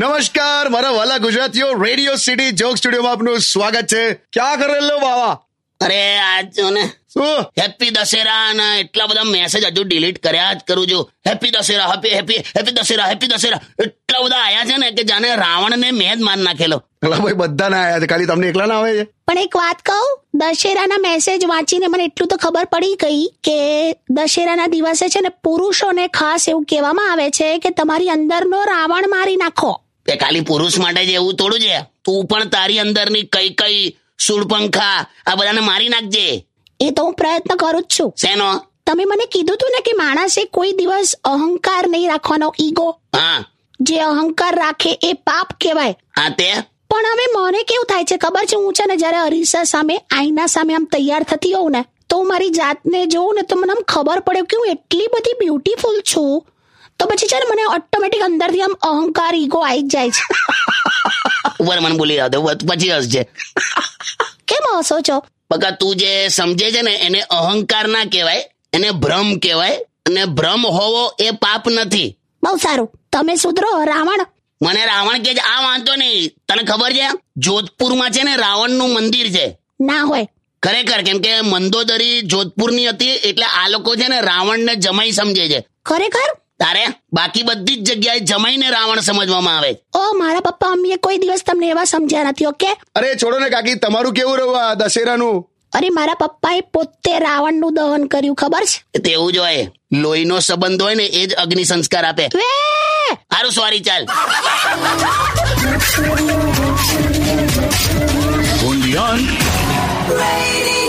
નમસ્કાર મારા વાલા ગુજરાતીઓ રેડિયો સિટી જોક સ્ટુડિયોમાં આપનું સ્વાગત છે ક્યાં કરેલો બાવા અરે આજ જો ને શું હેપી દશેરા અને એટલા બધા મેસેજ હજુ ડિલીટ કર્યા જ કરું છું happy Dussehra happy happy happy Dussehra happy Dussehra એટલા બધા આયા છે ને કે જાણે રાવણને મેં જ માર નાખેલો પેલા ભાઈ બધા ના આયા છે ખાલી તમને એકલા ના આવે છે પણ એક વાત કહું દશેરાના મેસેજ વાંચીને મને એટલું તો ખબર પડી ગઈ કે દશેરાના દિવસે છે ને પુરુષોને ખાસ એવું કહેવામાં આવે છે કે તમારી અંદરનો રાવણ મારી નાખો તે ખાલી પુરુષ માટે જ એવું થોડું છે તું પણ તારી અંદરની કઈ કઈ સૂળપંખા આ બધાને મારી નાખજે એ તો હું પ્રયત્ન કરું જ છું શેનો તમે મને કીધું હતું ને કે માણસે કોઈ દિવસ અહંકાર નહીં રાખવાનો ઈગો હા જે અહંકાર રાખે એ પાપ કહેવાય હા તે પણ હવે મને કેવું થાય છે ખબર છે હું છે ને જ્યારે અરીસા સામે આઈના સામે આમ તૈયાર થતી હોઉં ને તો હું મારી જાતને જોઉં ને તો મને આમ ખબર પડે કે હું એટલી બધી બ્યુટીફુલ છું તો પછી છે ને મને ઓટોમેટિક અંદરથી આમ અહંકાર ઈગો આવી જ જાય છે ઉપર મને બોલી રહ્યો હતો. ઉભા, પછી હસજે કેમ હસો છો બકા તું જે સમજે છે ને એને અહંકાર ના કહેવાય એને ભ્રમ કહેવાય અને ભ્રમ હોવો એ પાપ નથી બહુ સારું તમે સુધરો રાવણ મને રાવણ કે છે, આ વાંધો નહીં તને ખબર છે જોધપુરમાં છે ને રાવણનું મંદિર છે ના હોય ખરેખર કેમ કે મંદોદરી જોધપુરની હતી એટલે આ લોકો છે ને રાવણને જમાઈ સમજે છે ખરેખર તારે બાકી બધી જ જગ્યાએ જમાઈને રાવણ સમજવામાં આવે છે. ઓ મારા પપ્પા મમ્મીએ કોઈ દિવસ તમને એવા સમજ્યા નથી ઓકે અરે છોડો ને કાકી તમારું કેવું રહ્યું આ દશેરાનું અરે મારા પપ્પાએ પોતે રાવણનું દહન કર્યું ખબર છે તેવું જ હોય લોહીનો સંબંધ હોય ને એ જ અગ્નિ સંસ્કાર આપે વે સારું સોરી ચાલ Radio